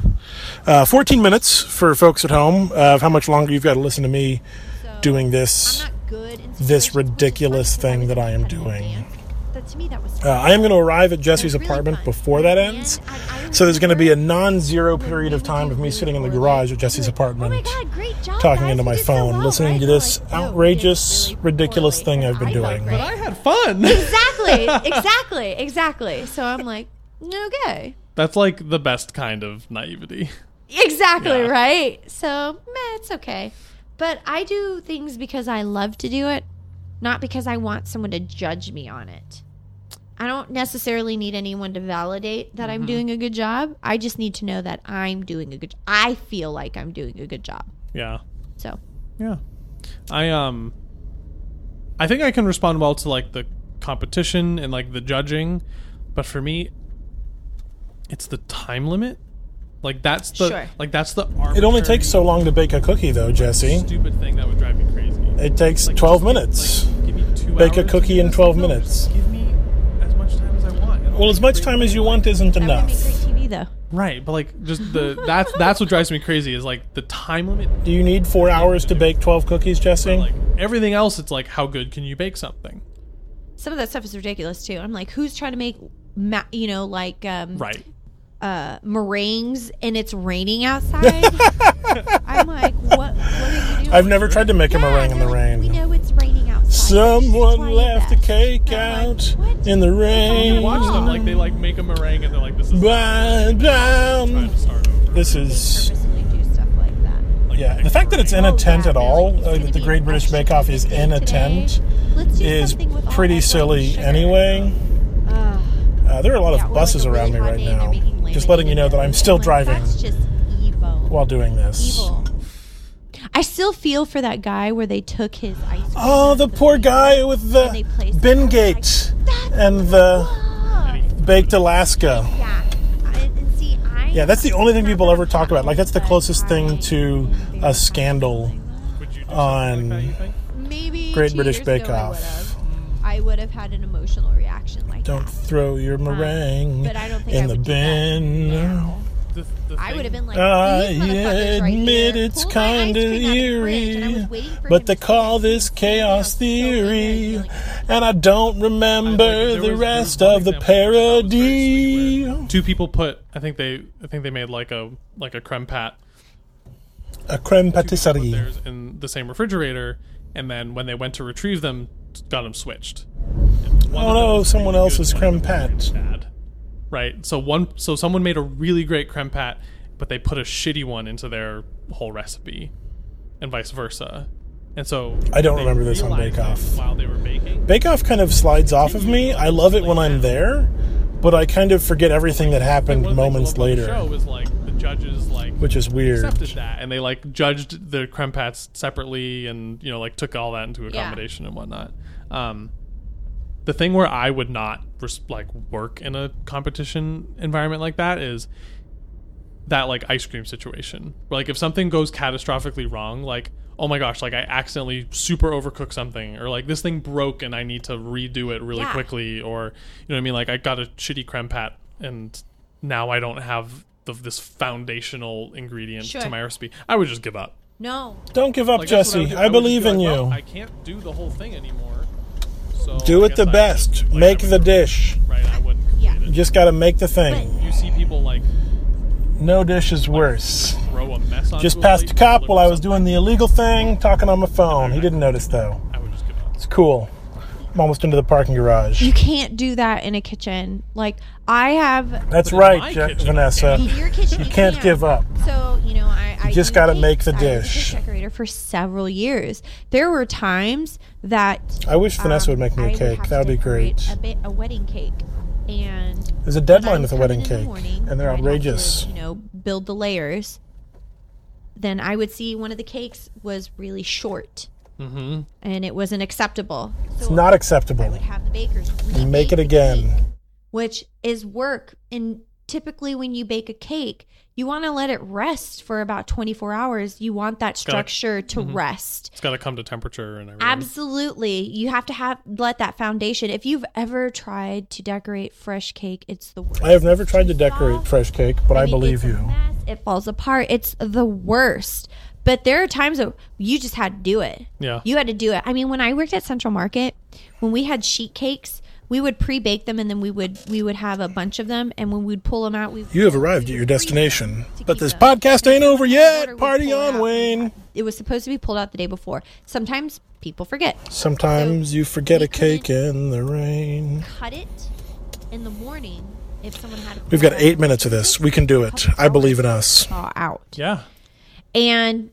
B: Uh, 14 minutes for folks at home of how much longer you've got to listen to me
C: So,
B: doing this.
C: I'm not good in
B: this
C: situations, which is
B: ridiculous
C: funny
B: thing
C: because
B: that I am
C: was competitive
B: doing.
C: dance. That to me that was.
B: Uh, I am going to arrive at Jesse's
C: It's really
B: apartment
C: fun.
B: before that
C: And
B: ends.
C: I- I
B: So there's going to be a
C: remember
B: non-zero
C: when
B: period
C: we
B: of
C: would
B: time
C: do
B: of me
C: food
B: sitting in the
C: or
B: garage
C: like-
B: at Jesse's
C: like,
B: apartment.
C: Oh my god, great job!
B: talking
C: guys,
B: into
C: you
B: my
C: did so
B: phone,
C: well,
B: listening to
C: right?
B: this
C: Like, no, we did
B: outrageous,
C: really
B: ridiculous
C: poorly,
B: thing
C: and
B: I've been
C: I felt
B: doing.
C: great.
A: But I had fun.
C: exactly, exactly, exactly. So I'm like, okay,
A: That's like the best kind of naivety.
C: exactly
A: Yeah.
C: right. So meh, it's okay. But I do things because I love to do it, not because I want someone to judge me on it. I don't necessarily need anyone to validate that
A: Mm-hmm.
C: I'm doing a good job. I just need to know that I'm doing a good. I feel like I'm doing a good job.
A: Yeah.
C: So
A: Yeah. I um I think I can respond well to like the competition and like the judging, but for me it's the time limit. Like that's the
C: Sure.
A: like that's the
B: It only
A: arbitrary
B: takes so long to bake a cookie, though, Jesse.
A: stupid thing that would drive me crazy.
B: It takes
A: Like,
B: 12
A: just give-
B: minutes.
A: like, give me two
B: Bake a
A: hours
B: cookie
A: to
B: in
A: do this.
B: 12
A: Like, no,
B: minutes.
A: just Give me as much time as I want. and I'll
B: Well, as
A: make
B: much
A: great
B: time as you
A: things.
B: want isn't
C: that would
B: enough.
C: make great TV though.
A: Right, but like just the that's that's what drives me crazy is like the time limit.
B: Do you need four hours to bake 12 cookies, Jesse?
A: Like everything else, it's like how good can you bake something?
C: some of that stuff is ridiculous too. I'm like, who's trying to make, ma- you know, like um,
A: Right.
C: uh, meringues and it's raining outside? I'm like, what? What are you doing?
B: I've never tried to make a
C: Yeah,
B: meringue in the
C: they're like, We
B: rain.
C: know it's raining outside.
B: Someone
C: Why
B: left the
C: that?
B: cake
C: I'm like,
B: out
C: what?
B: in the
A: You watch
B: rain.
A: them like they like make a meringue and they're like this is
B: Blah,
A: trying
B: blah.
A: to start over.
B: This
C: They
B: is.
C: purposely do stuff like that.
A: Like,
B: Yeah,
A: pick
B: the
A: a
B: fact that it's in a
C: Oh,
B: tent
C: yeah,
B: at
C: they're
B: all,
C: like, it's
B: like
C: gonna
B: the
C: be
B: Great
C: an
B: British
C: extra
B: Bake Off is
C: cookie
B: in a
C: today.
B: tent,
C: Let's do
B: is
C: something with all
B: pretty
C: that white
B: silly
C: sugar.
B: anyway.
C: Ugh.
B: Uh, there are a lot
C: Yeah,
B: of
C: or
B: buses
C: like a
B: around
C: really
B: me
C: hot
B: right
C: day and they're
B: now.
C: making lemonade
B: Just letting you know
C: and
B: that I'm still
C: like,
B: driving
C: That's just evil.
B: while doing this.
C: evil. I still feel for that guy where they took his ice cream.
B: Oh, the poor guy with the
C: And they place it
B: bin
C: out,
B: gate
C: like,
B: and the
C: Ah,
B: baked Alaska.
C: yeah. I- and right?
B: Yeah, that's the only thing people ever talk about. Like that's the closest thing to a scandal
A: Would you do
B: on
C: Maybe
B: Great
C: two
B: British
C: years
B: Bake
C: ago I
B: Off.
C: would've. I would have had an emotional reaction like
B: Don't
C: that.
B: throw your meringue
C: but I don't think
B: in
C: I
B: the
C: would do that.
B: bin.
A: The, the
C: I would have been like,
B: I
C: "These motherfuckers right
B: admit
C: here
B: it's
C: pulled my ice
B: kinda
C: cream out of the fridge," and I was
B: eerie,
C: waiting for him
B: But they
C: to
B: call
C: say it.
B: this chaos theory, and I don't
A: there
B: remember
A: was- there
B: the
A: was
B: rest
A: one
B: of the
A: example that was very
B: parody.
A: sweet where Two people put. I think they. I think they made like a like a creme pat.
B: A creme
A: Put
B: patisserie.
A: theirs in the same refrigerator, and then when they went to retrieve them, got them switched.
B: Oh no, someone else's creme pat.
A: Bad. Right. So one. So someone made a really great creme pat, but they put a shitty one into their whole recipe, and vice versa. And so
B: I don't
A: they
B: remember this on
A: realized
B: Bake
A: that
B: Off.
A: While they were baking,
B: Bake Off kind of slides off of me. I love it when I'm there, but I kind of forget everything that
A: one of
B: happened
A: the things I
B: moments
A: loved about the
B: later,
A: show is like the judges like
B: which is weird.
A: accepted that and they like judged the creme pats separately and you know like took all that into accommodation and whatnot um the thing where i would not res- like work in a competition environment like that is that like ice cream situation where like if something goes catastrophically wrong like oh my gosh like i accidentally super overcooked something or like this thing broke and i need to redo it really
C: Yeah.
A: quickly or you know what i mean like i got a shitty creme pat and now i don't have the, this foundational ingredient
C: Sure.
A: to my recipe i would just give up
C: No.
B: Don't give up,
A: Like, that's what would
B: Jesse.
A: do.
B: I
A: would just
B: believe
A: be
B: in
A: like,
B: you.
A: "Well, i can't do the whole thing anymore so
B: Do
A: I
B: it the
A: guess I just-
B: best.
A: like, I
B: Make
A: would
B: the
A: just-
B: dish.
A: right i wouldn't complete
C: Yeah.
B: You
A: it
B: just gotta make the thing.
A: you see people like
B: No dish is worse.
A: throw a mess on
B: Just passed a cop while I was doing the illegal thing, talking on my phone. He didn't notice though.
A: i would just give up
B: It's cool. I'm almost into the parking garage.
C: You can't do that in a kitchen. Like, I have.
A: But
B: That's
A: in my
B: right, Ja-
A: kitchen, I
B: Vanessa.
C: Your kitchen, you
B: Can't
C: can.
B: give up.
C: So you know, I, I
B: just
C: did
B: gotta
C: cakes.
B: make the
C: I was a
B: dish.
C: cake decorator for several years. There were times that
B: I wish Vanessa would
C: um,
B: make me
C: I
B: a cake.
C: have
B: That would
C: to
B: be
C: decorate
B: great.
C: A, bit, a wedding cake, and
B: There's a deadline with a
C: I'd come
B: wedding
C: in in the
B: cake,
C: morning,
B: and they're
C: I'd have to,
B: outrageous.
C: you know, build the layers. Then I would see one of the cakes was really short,
A: mm-hmm
C: and it wasn't acceptable. So
B: It's not
C: I
B: acceptable.
C: would have the bakers
B: Make
C: remake
B: it
C: the cake
B: again.
C: which is work. And typically, when you bake a cake, you want to let it rest for about 24 hours. You want that structure to rest.
A: it's got to come to temperature and everything
C: Absolutely. You have to have let that foundation. If you've ever tried to decorate fresh cake, it's the worst.
B: I have never tried to decorate fresh cake, but I
C: mean,
B: believe
C: it's a
B: you.
C: mess. It falls apart. It's the worst. But there are times that you just had to do it.
A: Yeah.
C: You had to do it. I mean, when I worked at Central Market, when we had sheet cakes, we would pre-bake them and then we would we would have a bunch of them and when we'd pull them out, we
B: You have arrived at your destination, but this podcast ain't over yet. Party on, Wayne.
C: It was supposed to be pulled out the day before. Sometimes people forget.
B: Sometimes you forget
C: we
B: a cake
C: couldn't-
B: in the rain.
C: Cut it in the morning if someone had.
B: We've got eight minutes of this. We can do it. I believe in us.
C: Thaw out.
A: yeah
C: and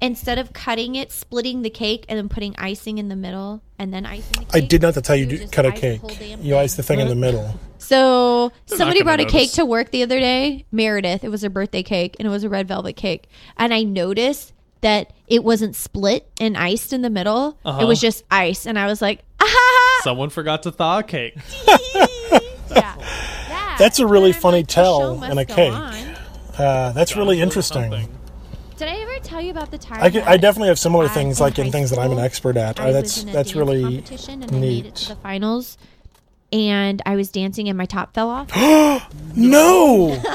C: instead of cutting it, splitting the cake and then putting icing in the middle and then icing. The cake,
B: I did not. That's how you do,
C: just
B: cut a
C: ice the
B: cake.
C: whole damn
B: You ice the thing in the middle.
C: So somebody
A: gonna
C: brought a
A: notice.
C: cake to work the other day, Meredith. It was her birthday cake and it was a red velvet cake, and I noticed that it wasn't split and iced in the middle. It
B: Uh-huh.
C: was just ice, and I was like, ah.
A: someone forgot to thaw a cake
C: yeah. That-
B: That's a really
C: and I'm
B: funny
C: like, the show
B: tell
C: must
B: in a
C: go
B: cake.
C: on.
B: Uh, that's really interesting.
A: Something.
C: Did I ever tell you about the time?
B: I, could, I
C: that-
B: definitely have similar
C: I-
B: things
C: in
B: like in
C: high
B: things that I'm an
C: school,
B: expert at.
C: I
B: Uh,
C: was
B: that's
C: in a
B: that's
C: dance
B: really
C: competition and I made it to
B: neat.
C: the finals, and I was dancing and my top fell off.
B: No,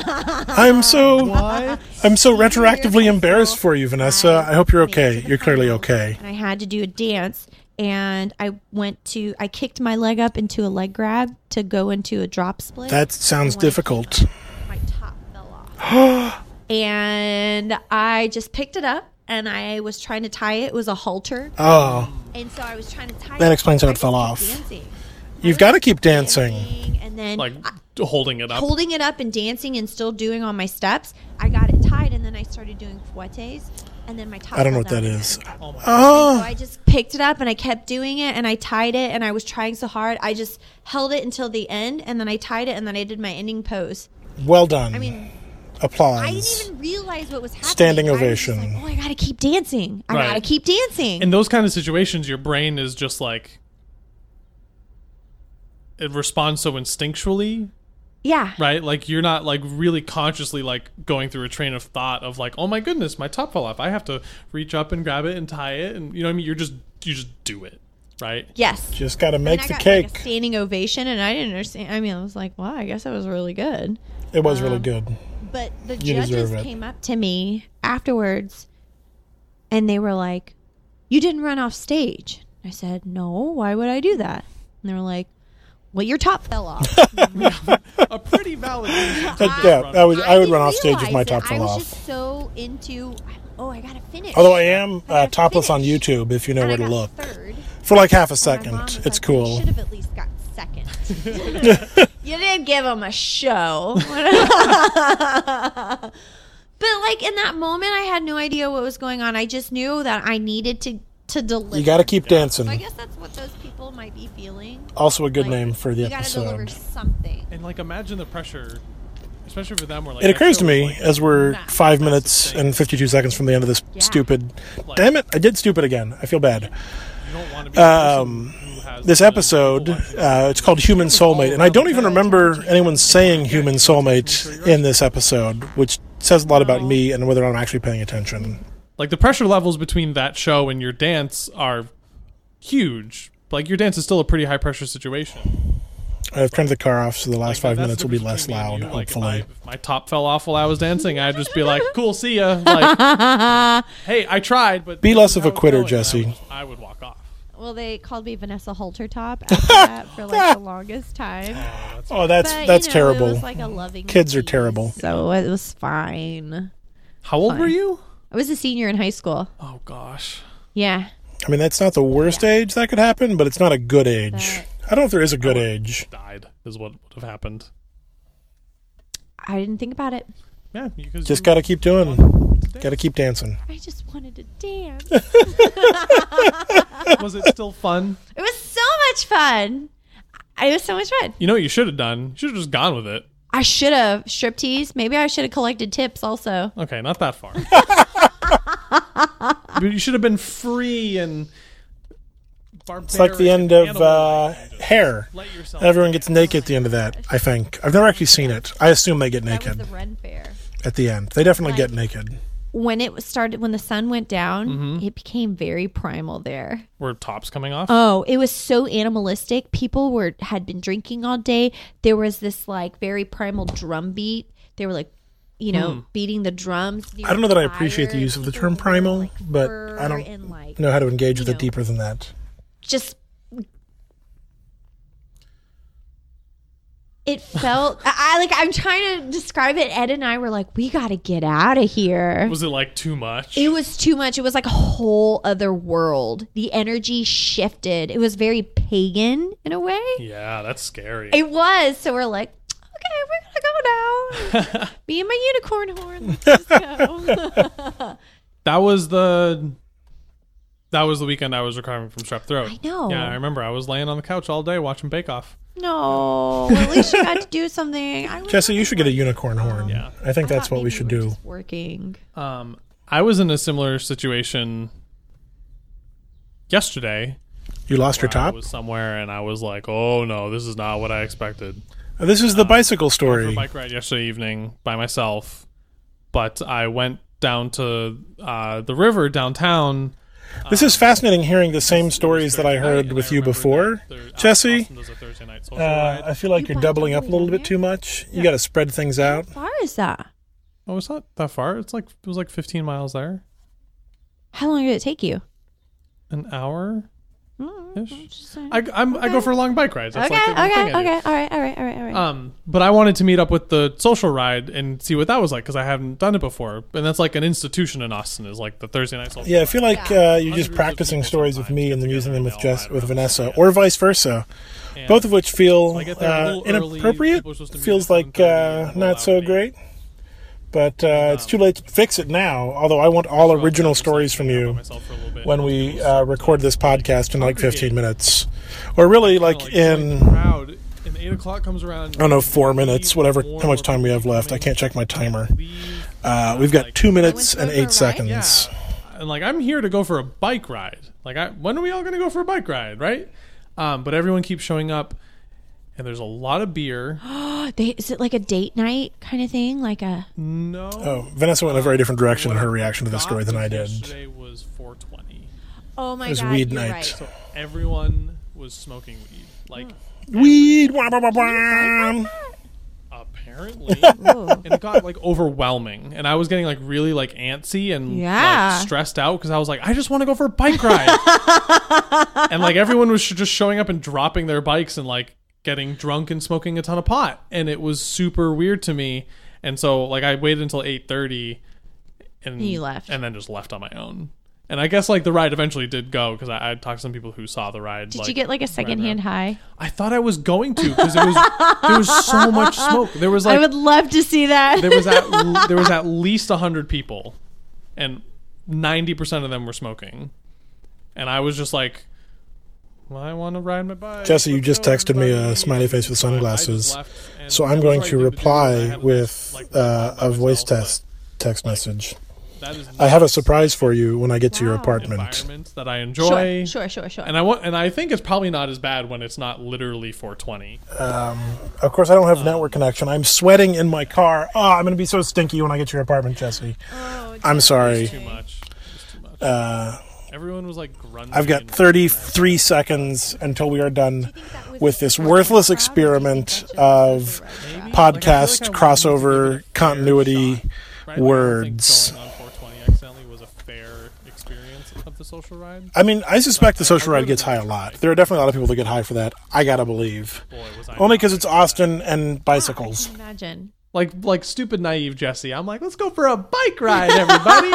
B: I'm so I'm so retroactively embarrassed for you, Vanessa. I hope you're
C: made it
B: okay.
C: to the
B: You're clearly
C: finals,
B: okay.
C: And I had to do a dance, and I went to I kicked my leg up into a leg grab to go into a drop split.
B: That sounds difficult.
C: my top fell off. and I just picked it up and I was trying to tie it. It was a halter.
B: Oh,
C: And so I was trying to tie
B: That
C: it.
B: explains how
C: I
B: it fell
C: just kept
B: off.
C: Dancing.
B: you've got to keep dancing.
C: dancing and then
A: like
C: I-
A: holding it up
C: holding it up and dancing and still doing all my steps. I got it tied and then I started doing fouettes and then my top
B: I don't know
C: fell
B: what that
C: down.
B: is.
C: So
B: Oh,
C: I just picked it up and I kept doing it and I tied it and I was trying so hard. I just held it until the end and then I tied it and then I did my ending pose.
B: well done.
C: I mean, I didn't
B: Applause.
C: even realize what was happening.
B: Standing
C: I was just
B: ovation.
C: like, oh, I gotta keep dancing. I
A: Right.
C: gotta keep dancing.
A: in those kind of situations your brain is just like it responds so instinctually
E: Yeah.
A: right? Like you're not like really consciously like going through a train of thought of like, oh my goodness, my top fell off. I have to reach up and grab it and tie it, and you know what I mean. You're just you just do it, right?
E: Yes.
B: Just got to make
E: I
B: the
E: got, like,
B: cake.
E: a
C: Standing ovation, and I didn't understand. I mean, I was like, wow, I guess that was really good.
B: it was
C: um,
B: really good.
C: But the
B: You
C: judges
B: deserve it.
C: came up to me afterwards and they were like, You didn't run off stage. I said, No, why would I do that? And they were like, Well, your top fell off.
A: a pretty valid. reason to
B: That-
A: just
B: yeah,
A: run
B: that was. I would
C: didn't
B: run off stage if
C: realize
B: my
C: it.
B: top
C: I
B: fell
C: was
B: off.
C: just so into, Oh, I got to finish.
B: Although I am
C: I
B: uh,
C: got
B: topless on
C: finished.
B: YouTube, if you know
C: And I
B: where to
C: got
B: look,
C: Third.
B: for like half a
C: My
B: second,
C: mom was
B: it's
C: like, You
B: cool.
C: should have at least got second. you did give him a show. but like in that moment, I had no idea what was going on. I just knew that I needed to to deliver.
B: You got to keep dancing.
C: I guess that's what those people might be feeling.
B: Also, a good
C: Like,
B: name for the
C: you gotta deliver
B: episode.
C: something.
A: And like imagine the pressure, especially for them. Where like
B: It occurs to
A: that show
B: me
A: was, like,
B: as we're
C: That's-
B: five
A: that's
B: minutes
A: insane.
B: and fifty-two seconds from the end of this stupid. Damn it! I did stupid again. I feel bad.
A: you don't want to be the person
B: um,
A: who has
B: This
A: the
B: episode,
A: collection.
B: uh, it's called Human Soulmate, and I don't even remember anyone saying Human Soulmate in this episode, which says a lot about me and whether I'm actually paying attention.
A: like the pressure levels between that show and your dance are huge. Like your dance is still a pretty high pressure situation.
B: I've turned the car off, so the last
A: Like,
B: five
A: that's
B: minutes
A: the
B: will be
A: difference
B: less
A: between me and
B: loud,
A: you. Like, if
B: hopefully.
A: my- if my top fell off while I was dancing, I'd just be like, "Cool, see ya." Like, hey, I tried, but
B: Be less
A: this is
B: of a
A: how it's
B: quitter,
A: going, and I would-
B: Jesse.
A: I would walk off.
C: Well, they called me Vanessa Haltertop after that for like the longest time.
B: Oh, that's
C: But, you
B: that's
C: know, It
B: terrible.
C: was like a loving.
B: Kids are
C: tease,
B: terrible.
C: So it was fine.
A: How old were you?
C: I was a senior in high school.
A: Oh gosh,
C: Yeah.
B: I mean, that's not the worst age that could happen, but it's not a good age. I don't know if there is a good age.
A: died is what would have happened.
C: I didn't think about it.
A: Yeah, because
B: Just
A: you,
B: got to keep doing. Got to keep dancing.
C: I just wanted to dance. it
A: was it still fun?
C: was so much fun. It was so much fun.
A: You know what you should have done? You should have just gone with it.
C: I should have striptease. Maybe I should have collected tips also.
A: Okay, not that far. But you should have been free and.
B: It's like the end of uh, Hair.
A: Let yourself.
B: Everyone gets naked at the end of that, I think. I've never actually seen it. I assume they get
C: That was the
B: naked
C: Ren Fair.
B: at the end. They definitely get naked.
C: When it was started, when the sun went down,
B: Mm-hmm.
C: it became very primal there.
A: Were tops coming off?
C: Oh, it was so animalistic. People were had been drinking all day. There was this like very primal drum beat. They were like, you know, beating the drums.
B: Hmm. I don't know that I appreciate the use of the term primal, but I don't
C: and like
B: know how to engage with
C: you
B: it
C: know.
B: deeper than that.
C: just it felt I, I like I'm trying to describe it. Ed and I were like, we got to get out of here.
A: Was it like too much?
C: It was too much. It was like a whole other world. The energy shifted. It was very pagan in a way.
A: Yeah, that's scary.
C: It was. So we're like, okay, we're gonna go now. Me and my unicorn horn. Let's just go.
A: that was the that was the weekend I was recovering from strep throat.
C: I know.
A: Yeah, I remember. I was laying on the couch all day watching Bake Off.
C: no. At least you got to do something. I was
B: Jesse, you should get a unicorn horn.
A: Yeah.
B: I think that's
C: thought
B: what we
C: maybe
B: should do.
C: were just working.
A: Um, I was in a similar situation yesterday.
B: You lost your
A: I
B: top?
A: was somewhere and I was like, "Oh no, this is not what I expected."
B: Oh, This is the
A: uh,
B: bicycle
A: For a
B: story.
A: bike ride yesterday evening by myself, but I went down to uh, the river downtown.
B: This is fascinating hearing the same stories that I
A: Thursday night,
B: heard
A: and
B: with
A: I
B: you
A: remembered
B: before.
A: that there- uh,
B: Jesse,
A: Austin does a Thursday night social
B: uh,
A: ride.
B: I feel like
C: You
B: you're
C: buy
B: doubling up a little
C: totally,
B: bit too much. You got to spread things out.
C: How far is that?
A: oh, it's not that far. It's like it was like 15 miles there.
C: How long did it take you? Mm-hmm.
A: an hour ish.
C: Just saying.
A: I, I'm, I go for long bike rides. That's
C: okay,
A: like the
C: okay,
A: thing I do.
C: okay. All right, all right, all right, all right.
A: Um, but I wanted to meet up with the social ride and see what that was like because I haven't done it before, and that's like an institution in Austin is like the Thursday night social.
B: Yeah, I feel like uh, you're just
A: of
B: practicing
A: people
B: stories with me and then
A: sometimes
B: using
A: get
B: them with
A: together and
B: Jess,
A: they'll
B: with
A: ride
B: Vanessa, or vice versa.
A: And
B: Both of which feel
A: I get there a
B: uh,
A: little early.
B: inappropriate.
A: People are supposed to meet
B: Feels
A: at
B: like
A: 7:30
B: uh,
A: and um, roll
B: not so
A: out at
B: great. But uh, it's too late to fix it now. Although I want all original stories from you
A: myself for a little bit.
B: when we uh, record this podcast in like 15 minutes, or really like
A: Like, join the
B: uh, in Oh,
A: crowd, and eight o'clock comes around.
B: I don't know four minutes, whatever how much time we have left. I can't check my timer. Uh, we've got two minutes and eight
A: Yeah.
B: seconds.
A: And like I'm here to go for a bike ride. Like I, when are we all going to go for a bike ride, right? Um, but everyone keeps showing up and there's a lot of beer.
D: Oh, They, is it like a date night kind of thing? Like a
A: No.
B: Oh, Vanessa went in a very different direction in
A: What
B: her
A: I
B: reaction to the story
A: got
B: than I
A: was
B: did.
A: Yesterday was 420.
D: oh my
B: It was
D: god,
B: weed
D: you're
B: night.
D: right.
A: So everyone was smoking weed. Like
B: Weed. Wah, wah, wah, wah.
A: apparently
D: Ooh.
A: and it got like overwhelming and i was getting like really like antsy and
D: Yeah.
A: like, stressed out because i was like i just want to go for a bike ride and like everyone was sh- just showing up and dropping their bikes and like getting drunk and smoking a ton of pot and it was super weird to me and so like i waited until 8.30 and
D: You left.
A: and then just left on my own and i guess like the ride eventually did go because I-, I talked to some people who saw the ride
D: Did you get like a secondhand high?
A: i thought i was going to because it was there was so much smoke there was like
D: I would love to see that.
A: there was at there was at least hundred people, and ninety percent of them were smoking, and I was just like, well, I want to ride my bike.
B: Jesse, you just
A: Let's go,
B: texted me a
A: everybody.
B: smiley face with
A: So I- I just
B: sunglasses.
A: left, and
B: So
A: it
B: I'm
A: was
B: going
A: right
B: to
A: thing do, and I
B: reply
A: had to,
B: with
A: like,
B: uh,
A: ride by
B: a voice
A: myself, but
B: test text message.
A: That is
B: I have a
A: not
B: surprise for you when I get to your
D: Wow.
A: an
B: apartment.
A: environment that I
D: sure,
A: enjoy.
D: sure, sure, sure.
A: And I want, and I think it's probably not as bad when it's not literally 420.
B: Of course, I don't have network connection. I'm sweating in my car. Oh, I'm going to be so stinky when I get to your apartment, Jesse. I'm sorry.
A: Too much. It's too much.
B: Uh,
A: Everyone was like grunting.
B: I've got
A: and-
B: 33 seconds until we are done with this worthless experiment of
A: Maybe?
B: podcast
A: Like, I feel like I was
B: crossover
A: giving it a fair
B: continuity
A: shot, right? Like, I don't think
B: words.
A: going on 420 accidentally was a fair experience of the social ride.
B: I mean, I suspect the social ride gets high a lot. There are definitely a lot of people that get high for that. I gotta believe.
A: Boy, was I
B: Only
A: not
B: because it's
A: like
B: Austin and bicycles.
D: Can you Imagine.
A: like like stupid naive Jesse. I'm like, let's go for a bike ride, everybody,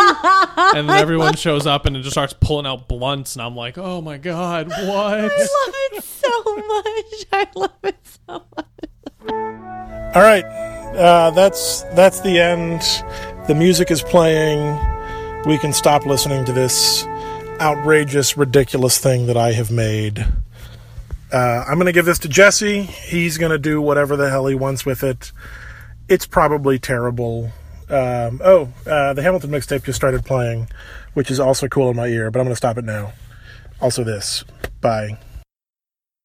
A: and then everyone shows up and it just starts pulling out blunts, and I'm like, oh my god, what?
D: I love it so much. I love it so much.
B: All right, uh, that's that's the end. The music is playing. We can stop listening to this outrageous, ridiculous thing that I have made. Uh, I'm going to give this to Jesse. He's going to do whatever the hell he wants with it. It's probably terrible. Um, oh, uh, the Hamilton mixtape just started playing, which is also cool in my ear, but I'm going to stop it now. Also, this. Bye.